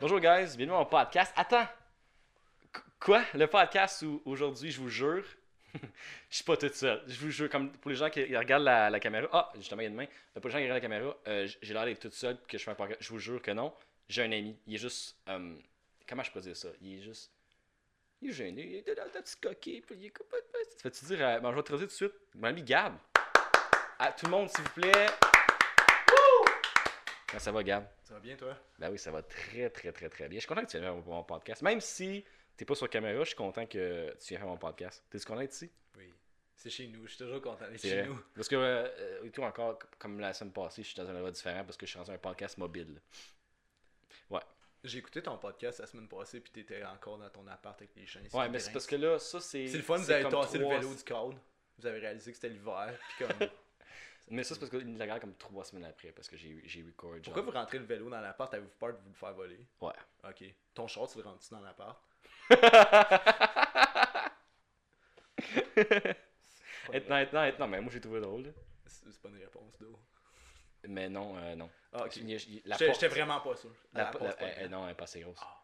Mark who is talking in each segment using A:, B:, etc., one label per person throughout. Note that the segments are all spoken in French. A: Bonjour, guys. Bienvenue à mon podcast. Attends. Qu- quoi? Le podcast où aujourd'hui, je vous jure, je suis pas toute seule. Je vous jure, comme pour les gens qui regardent la, la caméra. Ah, justement, il y a une main. Pour les gens qui regardent la caméra, euh, j- j'ai l'air d'être toute seule que je fais un podcast. Je vous jure que non. J'ai un ami. Il est juste. euh, comment je peux dire ça? Il est juste. Il est gêné. Il est dans ta petite coquille. Puis il est comme. Fais-tu dire. euh, bon, je vais te traduire tout de suite. Mon ami Gab. À tout le monde, s'il vous plaît. Wouh! Comment ça va, Gab?
B: Ça va bien, toi?
A: Ben oui, ça va très, très, très, très bien. Je suis content que tu viennes faire mon mon podcast. Même si t'es pas sur caméra, je suis content que tu viennes faire mon podcast. T'es-tu content d'être ici?
B: Oui. C'est chez nous, je suis toujours content d'être
A: C'est
B: chez
A: vrai.
B: nous.
A: Parce que, euh, euh, et tout encore, c- comme la semaine passée, je suis dans un endroit différent parce que je suis dans un podcast mobile.
B: J'ai écouté ton podcast la semaine passée, puis t'étais encore dans ton appart avec les chiens.
A: Ouais, mais c'est parce que là, ça, c'est.
B: C'est le fun, vous avez
A: comme
B: tassé le
A: trois-
B: vélo du cadre. Vous avez réalisé que c'était l'hiver, puis comme.
A: Mais ça, c'est parce qu'il nous l'a gardé comme trois semaines après parce que j'ai j'ai record. genre-
B: Pourquoi vous rentrez le vélo dans l'appart Avez-vous peur de vous le faire voler
A: Ouais.
B: Ok. Ton short, tu le rentres dans l'appart C'est pas une
A: Et non, et non, et non, mais moi, j'ai trouvé drôle. là.
B: ré- C'est c'est pas une réponse, d'eau.
A: Mais non, euh, non.
B: Ah, ok.
A: Il y a- il- la
B: J'étais
A: porte-
B: j'étais vraiment pas sûr.
A: La,
B: porte,
A: la-
B: c'est pas
A: euh,
B: une-
A: non, elle est pas assez grosse.
B: Ah.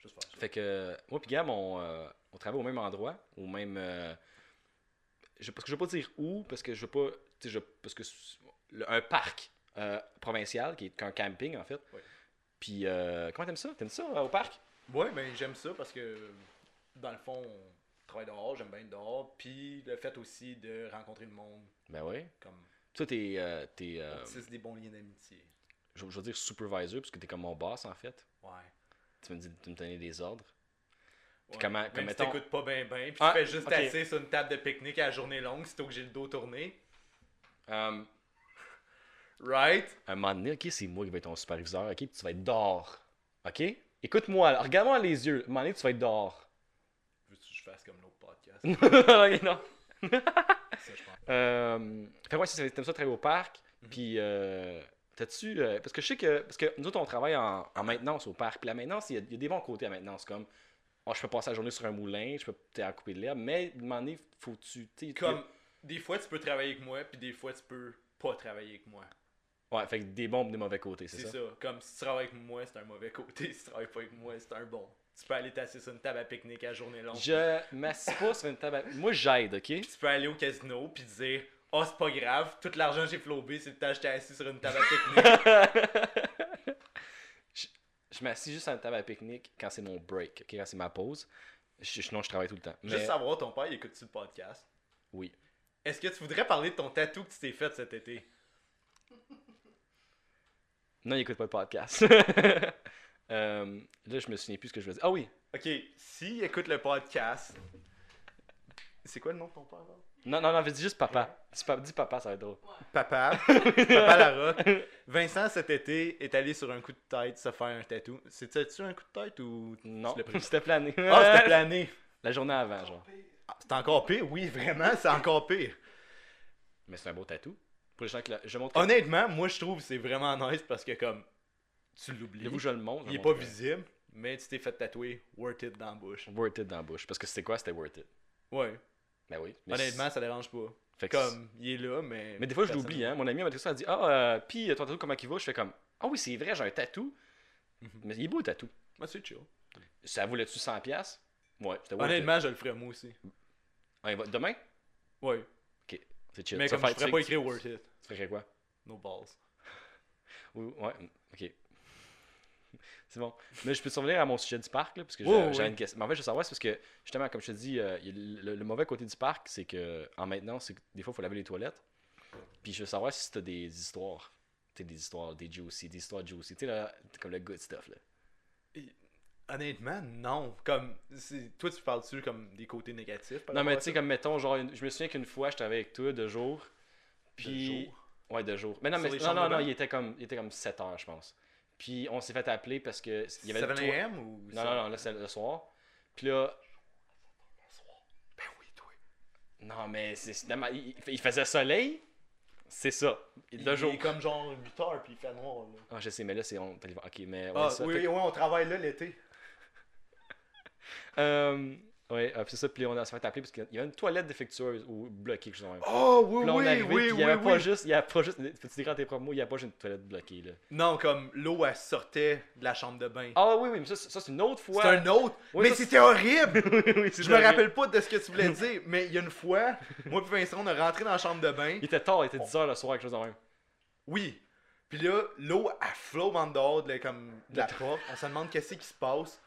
B: Juste faire ça.
A: Fait que moi puis Gab, on, euh, on travaille au même endroit, au même. euh, je, parce que je veux pas dire où, parce que je veux pas. tu sais, Je, parce que c'est- le- un parc euh, provincial qui est un camping en fait.
B: Oui.
A: Puis euh, comment t'aimes ça T'aimes ça euh, au parc
B: Ouais, mais j'aime ça parce que dans le fond, on travaille dehors, j'aime bien être dehors, puis le fait aussi de rencontrer le monde,
A: Ben oui.
B: comme
A: Toi t'es euh, t'es, euh,
B: on tisse des bons liens d'amitié.
A: je, je veux dire supervisor parce que t'es comme mon boss en fait.
B: Ouais.
A: Tu me dis de me donner des ordres.
B: Ouais.
A: comment-
B: Même
A: comme
B: si
A: mettons-
B: t'écoutes pas bien ben, puis
A: Ah,
B: tu fais juste
A: ok.
B: assis sur une table de pique-nique à la journée longue, sitôt que j'ai le dos tourné,
A: Euh,
B: right?
A: un moment donné, ok, c'est moi qui vais être ton superviseur, ok, puis tu vas être dehors, ok. Écoute-moi, là, regarde-moi dans les yeux. Un moment donné, tu vas être dehors.
B: Veux-tu que je fasse comme l'autre podcast?
A: non, non, non.
B: ça, je pense.
A: Euh, fait ouais, c'est ça, t'aimes ça travailler au parc.
B: Mhm.
A: Puis, euh, t'as-tu. euh, parce que je sais que. Parce que nous autres, on travaille en, en maintenance au parc. Puis la maintenance, il y, a- il y a des bons côtés à la maintenance. Comme, oh, je peux passer la journée sur un moulin, je peux peut-être en couper de l'herbe. Mais, à un moment donné, faut-tu. tu sais,
B: Comme, des fois tu peux travailler avec moi, puis des fois tu peux pas travailler avec moi.
A: Ouais, fait que des bons et des mauvais côtés, c'est
B: C'est
A: ça.
B: ça. Comme si tu travailles avec moi, c'est un mauvais côté. Si tu travailles pas avec moi, c'est un bon. Tu peux aller t'asseoir sur une table à pique-nique à journée longue.
A: Je m'assieds pas sur une table. à- Moi, j'aide, ok?
B: Tu peux aller au casino puis dire Oh, c'est pas grave, tout l'argent que j'ai flobé, c'est le temps que j'étais assis sur une table à pique-nique.
A: Je m'assieds juste sur une table à pique-nique quand c'est mon break, ok? Quand c'est ma pause. Je, sinon, je travaille tout le temps. Mais,
B: Juste savoir, ton père, il écoute-tu le podcast
A: oui.
B: Est-ce que tu voudrais parler de ton tatou que tu t'es fait cet été
A: Non, il écoute pas le podcast. Euh, là, je me souviens plus ce que je veux dire. Ah oui,
B: Ok, s'il écoute le podcast. C'est quoi le nom de ton père alors?
A: Non, non, non, dis juste papa. Dis, pa- dis papa, ça va être drôle.
B: Papa, Papa Larocque. Vincent, cet été, est allé sur un coup de tête se faire un tatou. C'était-tu un coup de tête ou
A: Non,
B: tu l'as pris?
A: c'était plané.
B: Ah, c'était plané.
A: La journée avant, genre.
B: Ah, C'est encore pire, oui, vraiment, c'est encore pire.
A: Mais c'est un beau tatou. Pour les gens qui la- Je montre.
B: Honnêtement, moi je trouve que c'est vraiment nice parce que comme tu l'oublies.
A: Voulez-vous que je le montre?
B: Il est
A: Je
B: pas
A: montre.
B: visible, mais tu t'es fait tatouer worth it dans la bouche.
A: Worth it dans la bouche. Parce que c'était quoi? C'était worth it.
B: Ouais.
A: Ben oui. Mais
B: Honnêtement, ça dérange pas.
A: c'est- fait que c'est-
B: Comme il est là, mais.
A: Mais des fois, je
B: personne-
A: l'oublie, hein. Mon ami m'a dit ça, elle dit Ah, euh, pis ton tatou, comment il va Je fais comme Ah oui, c'est vrai, j'ai un tatou.
B: Mhm.
A: Mais il est beau le tatou.
B: Moi, c'est chill.
A: Ça voulait-tu 100$? piastres? Ouais, c'était worth it.
B: Honnêtement, je le ferais moi aussi.
A: Ah, il va- Demain?
B: Ouais.
A: C'est chill.
B: mais
A: Tu vas
B: comme
A: faire-
B: je ferais
A: tu-
B: pas
A: tu-
B: écrire worth it.
A: Tu ferais quoi?
B: No balls.
A: Oui, ouais, mm, ok. C'est bon. Mais je peux te revenir à mon sujet du parc, là, parce que j'ai
B: Oui, oui,
A: j'ai
B: oui.
A: une question. Mais en fait, je veux savoir, c'est parce que, justement, comme je te dis, euh, il y a le, le mauvais côté du parc, c'est que, en maintenant, c'est que des fois, il faut laver les toilettes. Puis je veux savoir si t'as des histoires. Tu sais, des histoires, des juicy, des histoires juicy. Tu sais, là, comme le good stuff, là.
B: Honnêtement, non. Comme. c'est- Toi, tu parles-tu comme des côtés négatifs par
A: Non, mais
B: rapport à
A: tu sais,
B: ça?
A: comme, mettons, genre, une- je me souviens qu'une fois, je travaillais avec toi deux jours. Puis.
B: De jour.
A: Ouais, deux jours. Mais non,
B: Sur
A: mais
B: les
A: non,
B: chambres
A: non,
B: de
A: non,
B: bain?
A: il était comme, il était comme 7 heures, je pense. Puis on s'est fait appeler parce que. Il y avait le
B: 7
A: toit-
B: a.m. ou.
A: Non, non, non, là, c'est le soir. Puis là.
B: Ben oui, toi.
A: Non, mais c'est, c'est- non, mais il, il faisait soleil. C'est ça.
B: Il,
A: Deux jours.
B: est comme genre 8 heures puis il fait noir là.
A: Ah, je sais, mais là, c'est. On... t'as Ah, l'hiver. Ok, mais. ouais,
B: Ah,
A: ça,
B: oui,
A: fait
B: oui,
A: que-
B: on travaille là l'été.
A: Euh, Oui, euh, puis c'est ça. Puis on a- se fait appeler parce qu'il y avait une toilette défectueuse ou bloquée, quelque chose comme ça.
B: Oh, oui,
A: Puis là, on est
B: oui,
A: arrivé,
B: oui,
A: puis il
B: oui,
A: y avait pas
B: oui.
A: juste, il y avait pas juste, tu dire tes propres mots, il y avait pas juste une toilette bloquée, là.
B: Non, comme l'eau, elle sortait de la chambre de bain.
A: Ah oui, oui, mais ça, c'est- ça, c'est une autre fois.
B: C'est un autre.
A: Oui,
B: mais
A: ça,
B: c'était horrible.
A: Oui, oui, c'est
B: Je me
A: vrai.
B: rappelle pas de ce que tu voulais dire, mais il y a une fois, moi et Vincent, on est rentré dans la chambre de bain.
A: Il était tard, il était 10h le soir, quelque chose de même.
B: Oui. Puis là, l'eau, elle flotte en dehors de, la- comme, de la porte. On se demande qu'est-ce qui se passe.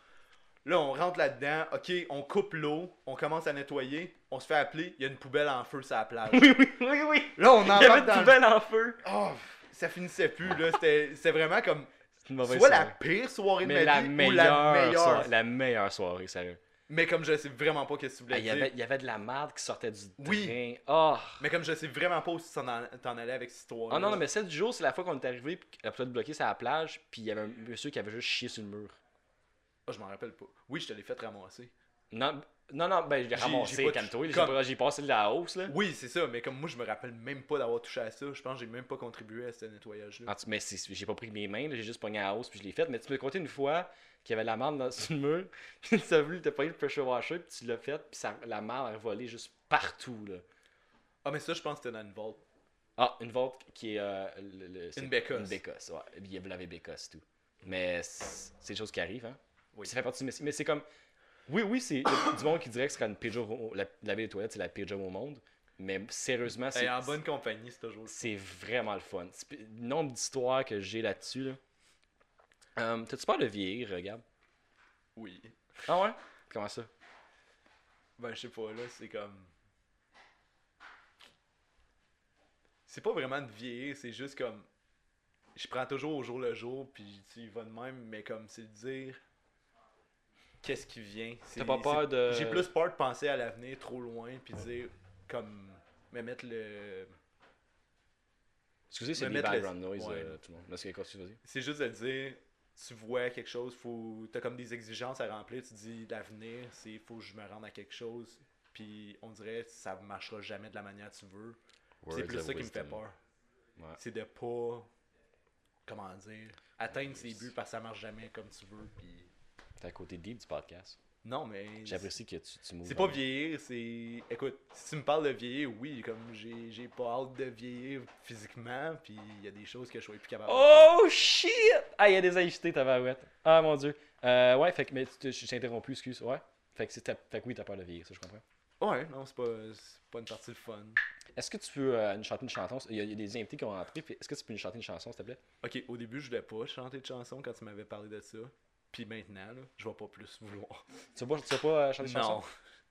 B: Là, on rentre là-dedans. OK, on coupe l'eau. On commence à nettoyer. On se fait appeler. Il y a une poubelle en feu sur la plage.
A: Oui, oui, oui, oui.
B: Là, on
A: Il y avait
B: embarque
A: une
B: dans... le-
A: poubelle en feu.
B: Oh, ça finissait plus, là. C'était c'était vraiment comme...
A: C'est une mauvaise
B: Soit la
A: soirée.
B: pire soirée de
A: Mais la
B: ma vie
A: meilleure,
B: ou la meilleure.
A: soirée, la meilleure soirée, sérieux.
B: Mais comme je sais vraiment pas qu'est-ce que tu voulais
A: Ah, il, y
B: dire.
A: avait, il y avait de la merde qui sortait du
B: Oui.
A: drain. Ah.
B: Mais comme je sais vraiment pas où t'en t'en allais avec cette histoire.
A: Ah non, non, mais celle du jour, c'est la fois qu'on est arrivé, puis la toilette bloquée, c'est à la plage, puis il y avait un monsieur qui avait juste chié sur le mur.
B: Ah, je m'en rappelle pas. Oui, je te l'ai fait ramasser.
A: Non, non, non ben je l'ai
B: J'ai-
A: ramassé
B: j'ai pas
A: comme
B: touché-
A: toi, j'ai
B: comme-
A: pas- j'ai passé de la hausse, là.
B: Oui, c'est ça, mais comme moi, je me rappelle même pas d'avoir touché à ça. Je pense que j'ai même pas contribué à ce nettoyage-là.
A: En tout- mais c'est- j'ai pas pris mes mains, là, j'ai juste pogné à la hausse puis je l'ai faite. Mais tu me compté une fois qu'il y avait de la marde dans sur le mur, puis tu as voulu, t'as pogné le pressure washer, puis tu l'as fait, puis ça- la marde a volé juste partout. Là.
B: Ah, mais ça, je pense que c'était dans une vault.
A: Ah, une vente qui est. euh, le- le- c'est-
B: bécosse.
A: Une bécosse, ouais. Il y avait l'avait bécosse, tout. Mais c'est c'est des choses qui arrivent, hein.
B: Oui.
A: Ça fait partie du métier. Mais c'est comme. Oui, oui, c'est il y a du monde qui dirait que ce sera une pire au- la, laver les toilettes, c'est la pire job au monde. Mais sérieusement, c'est.
B: Et en bonne compagnie, c'est toujours.
A: C'est vraiment le fun. C'est- Le nombre d'histoires que j'ai là-dessus, là. Euh, T'as-tu peur de vieillir, regarde?
B: Oui.
A: Ah ouais? Comment ça?
B: Ben, je sais pas, là, c'est comme. C'est pas vraiment de vieillir, c'est juste comme. Je prends toujours au jour le jour, puis tu y vas de même, mais comme c'est de dire. Qu'est-ce qui vient c'est-
A: T'as pas peur
B: c'est-
A: de-
B: J'ai plus peur de penser à l'avenir trop loin, puis dire. Comme. Me mettre le.
A: Excusez, c'est
B: Me
A: les
B: mettre le-
A: background noise,
B: Ouais.
A: euh, tout le monde. Parce que, qu'est-ce que tu veux dire?
B: C'est juste de dire. Tu vois quelque chose, faut. T'as comme des exigences à remplir, tu dis l'avenir, c'est faut que je me rende à quelque chose, puis on dirait ça marchera jamais de la manière que tu veux. C'est plus ça qui me fait peur.
A: Ouais.
B: C'est de pas, comment dire, atteindre ses buts parce que ça marche jamais comme tu veux. Puis...
A: T'es à côté deep du podcast.
B: Non, mais.
A: J'apprécie que tu, tu m'ouvres.
B: C'est pas
A: la-
B: vieillir, c'est. Écoute, si tu me parles de vieillir, oui, comme j'ai j'ai pas hâte de vieillir physiquement, puis il y a des choses que je serais plus capable de faire.
A: Oh shit! Ah, il y a des invités, ta barouette. Ah mon dieu. Euh, ouais, fait que, mais tu te- je t'ai interrompu, excuse. Ouais. Fait que, c'est ta- fait que oui, t'as peur de vieillir, ça, je comprends.
B: Ouais, non, c'est pas, c'est pas une partie de fun.
A: Est-ce que tu peux euh, nous chanter une chanson? Il y, a- il y a des invités qui ont rentré, puis est-ce que tu peux nous chanter une chanson, s'il te plaît?
B: Ok, au début, je voulais pas chanter de chansons quand tu m'avais parlé de ça. Puis maintenant, là, je vais pas plus vouloir.
A: Tu vas pas, tu vas pas euh, chanter une
B: Non,
A: chanson?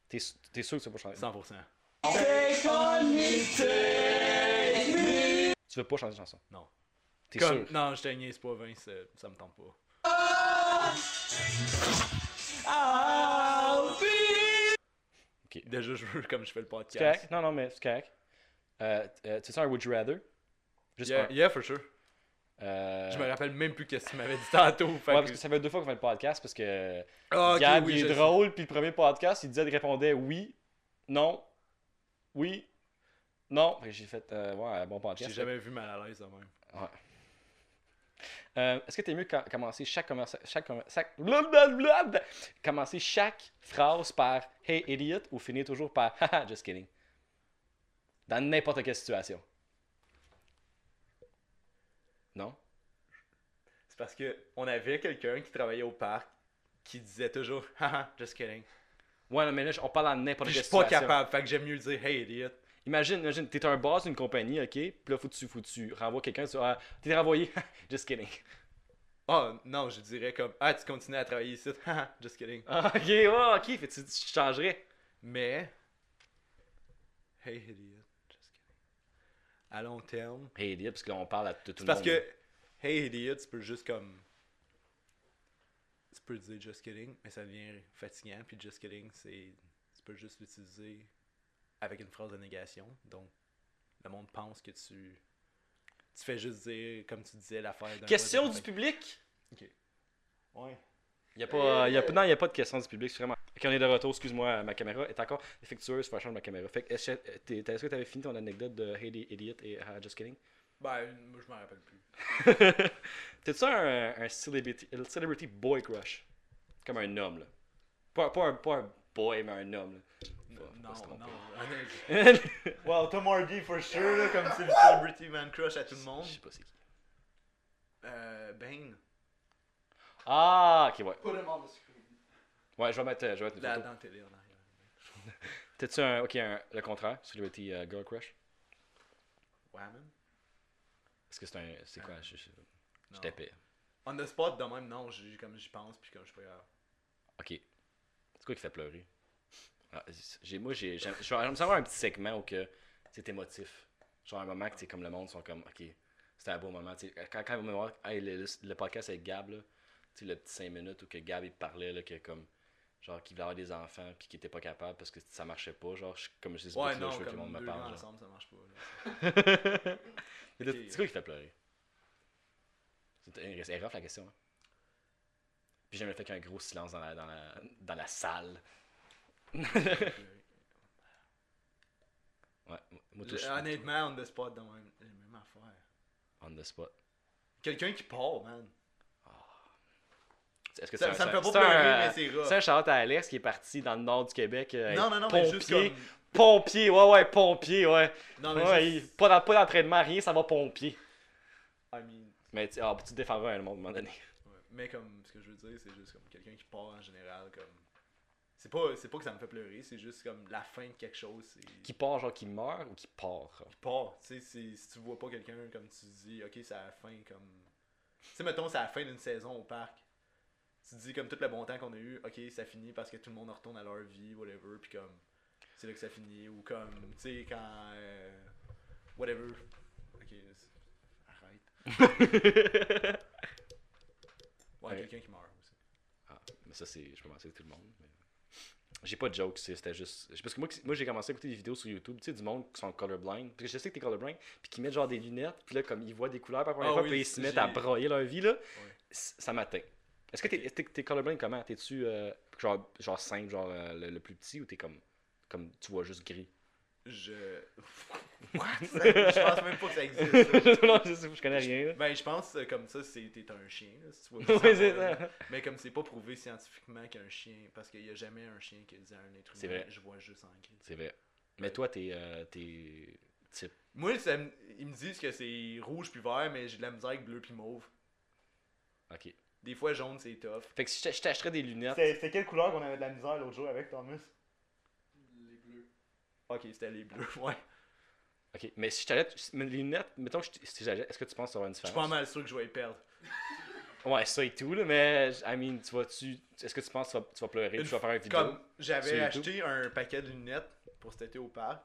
A: T'es, s- t'es sûr que tu vas pas chanter?
B: 100%.
A: Tu veux pas chanter une chanson?
B: Non.
A: T'es
B: Comme-
A: sûr?
B: Non, je te niaise pas, Vince, ça, ça me tente pas.
A: Ok.
B: Déjà, je veux comme je fais le
A: C'est
B: podcast.
A: correct? Non, non, mais c'est correct. Euh, t- euh, tu sais un Would You Rather? Juste
B: Yeah,
A: un.
B: yeah, for sure.
A: Euh,
B: Je me rappelle même plus qu'est-ce que tu m'avais dit tantôt. Fait
A: ouais,
B: que-
A: parce que ça fait deux fois qu'on fait le podcast, parce que
B: Ah, ok,
A: Gab,
B: oui,
A: il
B: je
A: est
B: sais.
A: drôle, puis le premier podcast, il disait, il répondait oui, non, oui, non. Fait que J'ai fait, euh, ouais, un bon podcast.
B: J'ai jamais vu mal à l'aise de même.
A: Ouais. Euh, Est-ce que t'es mieux ca- commencer chaque, conversa- chaque, conver- chaque- blablabla commencer chaque phrase par Hey idiot ou finir toujours par Haha, just kidding? Dans n'importe quelle situation. Non?
B: C'est parce que on avait quelqu'un qui travaillait au parc qui disait toujours Haha, just kidding.
A: Ouais, non, mais là, on parle dans n'importe
B: Puis
A: quelle
B: je suis
A: situation.
B: pas capable, fait que j'aime mieux le dire Hey idiot.
A: Imagine, imagine, t'es un boss d'une compagnie, ok? Puis là, faut que tu, faut que tu renvoies quelqu'un, tu ah, t'es renvoyé, just kidding.
B: Ah non, je dirais comme Ah, tu continues à travailler ici, Haha, just kidding.
A: Ah, ok, ouais, ok, fait que tu, tu changerais.
B: Mais Hey idiot, just kidding. À long terme,
A: Hey idiot, parce que là, on parle à tout, tout
B: c'est
A: le
B: parce
A: monde.
B: que Hey idiot, tu peux juste comme tu peux dire just kidding, mais ça devient fatigant puis just kidding, c'est tu peux juste l'utiliser avec une phrase de négation. Donc le monde pense que tu tu fais juste dire comme tu disais l'affaire d'un
A: Question
B: voisin.
A: du public?
B: Ouais.
A: Il y a pas, il y a, pas- non, il n'y a pas de questions du public, c'est vraiment. Ok, on est de retour, excuse-moi, ma caméra est encore défectueuse, faut que je change ma caméra. Fait que, est-ce que t'es- t'as- est-ce que tu avais fini ton anecdote de Hey Idiot et ah, Just Kidding?
B: Ben moi je m'en rappelle plus.
A: T'es-tu un, un celebrity, un celebrity boy crush? Comme un homme, là. Pas, pas, un, pas un- boy, mais un homme.
B: Non,
A: Faut- faut pas se
B: non,
A: tromper.
B: honnêtement.
A: là.
B: Well, Tom Hardy, for sure, là, comme c'est le celebrity man crush à tout le monde.
A: Je sais pas c'est qui.
B: Euh, Bane.
A: Ah, ok, ouais.
C: Put him on the screen.
A: Ouais, je vais mettre, euh, je vais mettre une
B: Là,
A: photo.
B: dans la télé, en arrière.
A: T'as-tu un, ok, un- le contraire, Celebrity euh, Girl Crush
B: Ouais, man.
A: Est-ce que c'est un. C'est quoi Je, je, je
B: Non.
A: t'épais.
B: On the spot, de même, non, j'ai- comme j'y pense, puis comme je suis pas grave.
A: Ok. C'est quoi qui fait pleurer Ah, j'ai, Moi, j'ai, j'aime, j'aime- j'aime savoir un petit segment où que c'est émotif. Genre un moment que c'est comme le monde sont comme, ok, c'était un beau moment. Tu sais, quand, quand ils vont me voir, hey, le, le- le podcast avec Gab, là, tu sais, le petit 5 minutes où que Gab il parlait, là, que comme. Genre, qu'il voulait avoir des enfants, puis qu'il était pas capable parce que ça marchait pas. Genre, je, comme je dis,
B: Ouais,
A: là,
B: non,
A: je veux que le
B: comme
A: monde me
B: deux
A: parle.
B: gars
A: genre.
B: ensemble, ça marche pas. là.
A: Mais là,
B: euh.
A: C'est quoi qui fait pleurer C'est c'est rough la question. hein. Puis j'aime le fait qu'il y ait un gros silence dans la, dans la, dans la salle.
B: euh,
A: Ouais, moi, tout, je suis
B: Le- Honnêtement, on the spot, de même, la même affaire.
A: on the spot.
B: Quelqu'un qui part, man.
A: Est-ce que
B: Ça-
A: c'est un-
B: ça me fait
A: c'est
B: pas
A: un-
B: pleurer,
A: euh,
B: mais c'est rough.
A: C'est un shout-out à Alex qui est parti dans le nord du Québec. euh,
B: Non,
A: être
B: non, non, mais
A: pompier,
B: juste comme.
A: Pompier, ouais, ouais, pompier, ouais.
B: Non, mais
A: Ouais,
B: juste.
A: il- Pas d'en- pas d'entraînement, rien, ça va pompier.
B: I mean,
A: Mais tu, ah, tu te défendras un monde, à un moment donné.
B: ouais. Mais comme, ce que je veux dire, c'est juste comme quelqu'un qui part en général, comme. C'est pas, c'est pas que ça me fait pleurer, c'est juste comme la fin de quelque chose. c'est-
A: Qui part, genre qui meurt ou qui part
B: qui part. Tu sais, c'est- si tu vois pas quelqu'un, comme tu dis, ok, c'est à la fin, comme. Tu sais, mettons, c'est à la fin d'une saison au parc. Tu te dis, comme tout le bon temps qu'on a eu, ok, ça finit parce que tout le monde retourne à leur vie, whatever, puis comme. C'est là que ça finit, ou comme, tu sais, quand. euh, whatever. Ok, c'est- arrête. Ouais,
A: Ouais.
B: quelqu'un qui meurt aussi.
A: Ah, mais ça, c'est. Je commençais avec tout le monde. mais- J'ai pas de joke, c'est- c'était juste. Parce que moi, moi j'ai commencé à écouter des vidéos sur YouTube, tu sais, du monde qui sont colorblind. Parce que je sais que t'es colorblind, puis qui mettent genre des lunettes, puis là, comme ils voient des couleurs pour la première
B: Ah
A: fois,
B: oui,
A: puis ils se
B: j'ai-
A: mettent à broyer leur vie, là. c- Ça m'atteint. Est-ce que t'es t'es- t'es colorblind comment T'es-tu euh, genre, genre simple, genre euh, le, le plus petit, ou t'es comme. Comme tu vois juste gris
B: Je. What? je pense même pas que ça existe. ça.
A: Non, je, sais- je connais rien, là.
B: Ben, je pense euh, comme ça, c'est t'es un chien, là, si tu vois.
A: Ouais, c'est ça.
B: Mais comme c'est pas prouvé scientifiquement qu'un chien, parce qu'il y a jamais un chien qui dit à un être
A: C'est
B: humain,
A: vrai.
B: je vois juste en gris.
A: C'est vrai. Mais toi, t'es. euh, t'es. type.
B: Moi, ça me- ils me disent que c'est rouge puis vert, mais j'ai de la misère avec bleu puis mauve.
A: Ok.
B: Des fois, jaune, c'est tough.
A: Fait que si je t'a- je t'achèterais des lunettes.
B: C'était quelle couleur qu'on avait de la misère l'autre jour avec Thomas
C: Les bleus.
B: Ok, c'était les bleus, ouais.
A: Ok, mais si je t'allais. Mais les lunettes, mettons que je t- si j'allais- Est-ce que tu penses que ça aura une
B: Je suis pas
A: différence
B: mal sûr que je vais y perdre.
A: Ouais, ça et tout, là, mais. I mean, tu vas-tu. Est-ce que tu penses que tu vas, tu vas pleurer
B: Une
A: Tu vas faire une vidéo
B: Comme j'avais
A: Sur
B: acheté un paquet de lunettes pour cet été au parc.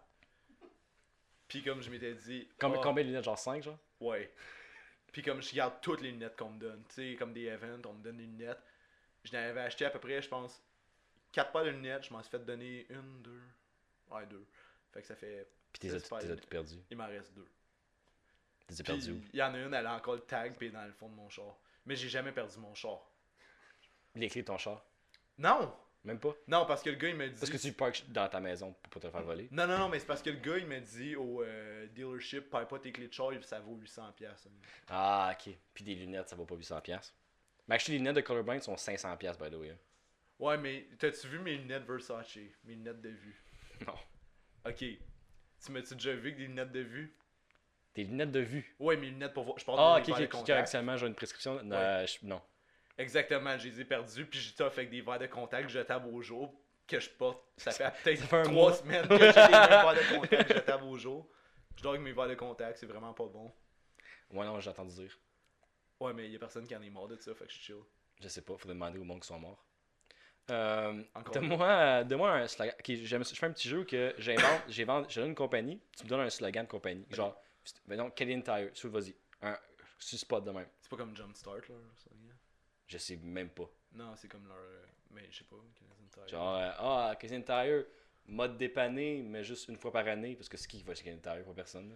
B: Puis comme je m'étais dit.
A: Combi-
B: ah,
A: Combien de lunettes Genre 5 genre
B: Ouais. Puis comme je garde toutes les lunettes qu'on me donne, tu sais, comme des events, on me donne des lunettes. Je n'avais acheté à peu près, je pense, 4 paires de lunettes. Je m'en suis fait donner une, deux. Ouais, deux. Fait que ça fait.
A: Puis t'es
B: J'espère.
A: t'es tout perdu.
B: Il m'en reste deux.
A: T'es
B: Puis
A: perdu où
B: il y en a une, elle a encore le tag, puis elle est dans le fond de mon char. Mais j'ai jamais perdu mon char.
A: Les clés de ton char
B: Non!
A: Même pas
B: Non, parce que le gars, il me dit.
A: Parce que tu parques dans ta maison pour pas te faire voler.
B: Non, non, non, mais c'est parce que le gars, il m'a dit au euh, dealership, perds pas tes clés de char, ça vaut 800$. piastres.
A: Ah, ok. Puis des lunettes, ça vaut pas 800$. Mais acheter des lunettes de colorblind sont 500$, by the way. hein.
B: Ouais, mais t'as-tu vu mes lunettes Versace, mes lunettes de vue?
A: Non.
B: Ok. Tu m'as-tu déjà vu avec des lunettes de vue?
A: Des lunettes de vue.
B: Ouais, mes lunettes pour voir. Je porte
A: Ah,
B: des
A: ok, ok,
B: verres de
A: ok. ok,
B: contact.
A: Actuellement, j'ai une prescription. Non.
B: Ouais.
A: euh, je- non.
B: Exactement, je les ai perdues, puis j'étais avec des verres de contact jetables au jour que je porte. Ça fait peut-être
A: fait un
B: trois
A: mois.
B: semaines que j'ai des verres de contact jetables au jour. Je dors avec mes verres de contact, c'est vraiment pas bon.
A: Ouais, non, j'ai entendu dire.
B: Ouais, mais y a personne qui en est mort de ça, fait que je suis chill.
A: Je sais pas, faudrait demander aux monde qui sont morts. Euh,
B: Encore.
A: Donne-moi donne-moi un slogan. Ok, j'aime ça. je fais un petit jeu que j'invente, j'invente, je donne une compagnie, tu me donnes un slogan de compagnie. Genre, ben non, Canadian Tire, sur vas-y. Un sur le spot de même.
B: C'est pas comme Jumpstart, là, ça, yeah.
A: Je sais même pas.
B: Non, c'est comme leur. euh, Mais je sais pas, Canadian Tire.
A: Genre, euh, ah, Canadian Tire, mode dépanné, mais juste une fois par année, parce que c'est qui qui va chez Canadian Tire, pas personne. là.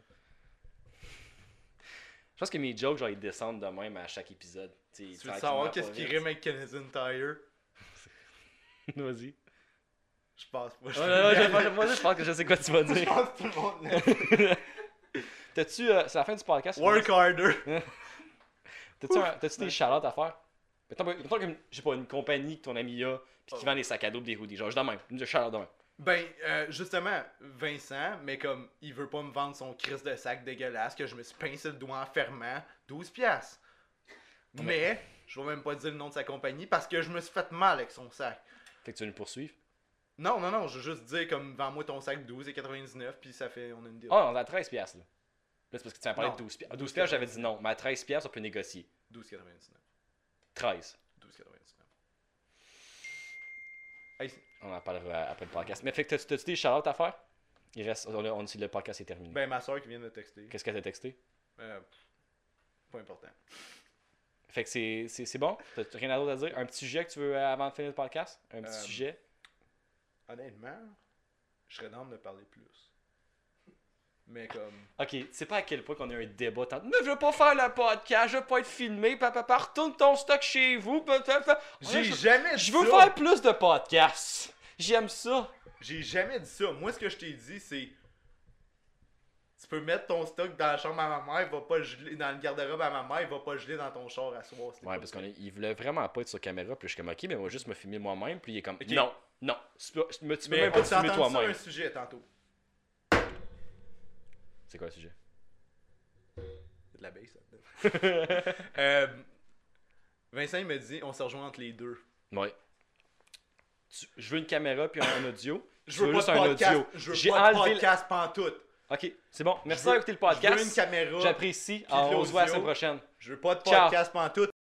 A: Je pense que mes jokes, genre, ils descendent de même à chaque épisode. T'sais,
B: Tu veux
A: tranquillement,
B: savoir
A: pas
B: qu'est-ce qui
A: vite.
B: rime avec Canadian Tire?
A: Vas-y.
B: Je pense pas.
A: Ouais, ouais, ouais, je- moi, je pense que je sais quoi tu vas
C: Je
A: dire.
C: pense que tout le monde l'a.
A: T'as-tu, euh, c'est la fin du podcast.
B: Work harder!
A: T'as-tu, un- t'as-tu des charlottes à faire? Mettons, mettons que j'ai pas une compagnie que ton ami a, Puis
B: Oh.
A: qui vend des sacs à dos pis des hoodies. Genre, je suis de même. Je suis de même.
B: Ben, euh, justement, Vincent, mais comme il veut pas me vendre son crise de sac dégueulasse que je me suis pincé le doigt en fermant, 12 piastres. Mais, je vais même pas dire le nom de sa compagnie parce que je me suis fait mal avec son sac.
A: Fait que tu veux nous poursuivre?
B: Non, non, non, je veux juste dire comme vends-moi ton sac 12,99 puis ça fait, on a une deal.
A: Ah, on est à 13 piastres, là. Là, c'est parce que tu m'as parlé
B: Non.
A: de 12 piastres. À 12 piastres, j'avais dit non. Mais à 13 piastres, on peut négocier.
B: 12,99.
A: 13.
B: 12,99. Hey, c'est-
A: On en parlera après le podcast. Mais fait que t'as- t'as-tu des shout à faire? Il reste... On, a- on, si le podcast est terminé.
B: ben, ma soeur qui vient de me texter.
A: Qu'est-ce qu'elle t'a texté?
B: Euh, pas important.
A: Fait que c'est- c'est c'est bon? T'as t'as rien d'autre à dire? Un petit sujet que tu veux euh, avant de finir le podcast? Un petit
B: Euh,
A: sujet?
B: Honnêtement, je serais d'âme de parler plus. Mais comme.
A: Ok, tu sais pas à quel point qu'on a un débat tant. Mais je veux pas faire le podcast, je veux pas être filmé, papa, pa, retourne ton stock chez vous. pa, pa, pa.
B: J'ai
A: Je-
B: jamais dit
A: Je veux
B: ça.
A: faire plus de podcasts. J'aime ça.
B: J'ai jamais dit ça. Moi, ce que je t'ai dit, c'est. Tu peux mettre ton stock dans la chambre à ma mère, il va pas geler. Dans le garde-robe à ma mère, il va pas geler dans ton char à soir. c'était
A: Ouais,
B: pas
A: parce
B: vrai.
A: qu'il voulait vraiment pas être sur caméra, puis je suis comme ok, mais moi juste me filmer moi-même, puis il est comme
B: Ok.
A: non, non, c'est pas- tu peux
B: Mais
A: même pas
B: on
A: te
B: s'est
A: filmer
B: entendu sur un
A: toi-même.
B: sujet tantôt.
A: C'est quoi le sujet
B: C'est de la base, ça. euh, Vincent, il me dit, on se rejoint entre les deux.
A: Ouais. Tu- Je veux une caméra puis un audio.
B: Je
A: Tu
B: veux, pas
A: juste
B: de
A: un
B: podcast.
A: audio.
B: Je veux
A: J'ai
B: pas de
A: enlevé. le-
B: podcast pantoute.
A: Ok, c'est bon. Merci
B: Je veux-
A: d'avoir écouté le
B: Je veux une
A: podcast.
B: caméra.
A: J'apprécie. Ah,
B: puis
A: On se voit la
B: l'audio.
A: semaine prochaine.
B: Je veux pas de
A: Ciao.
B: podcast pantoute.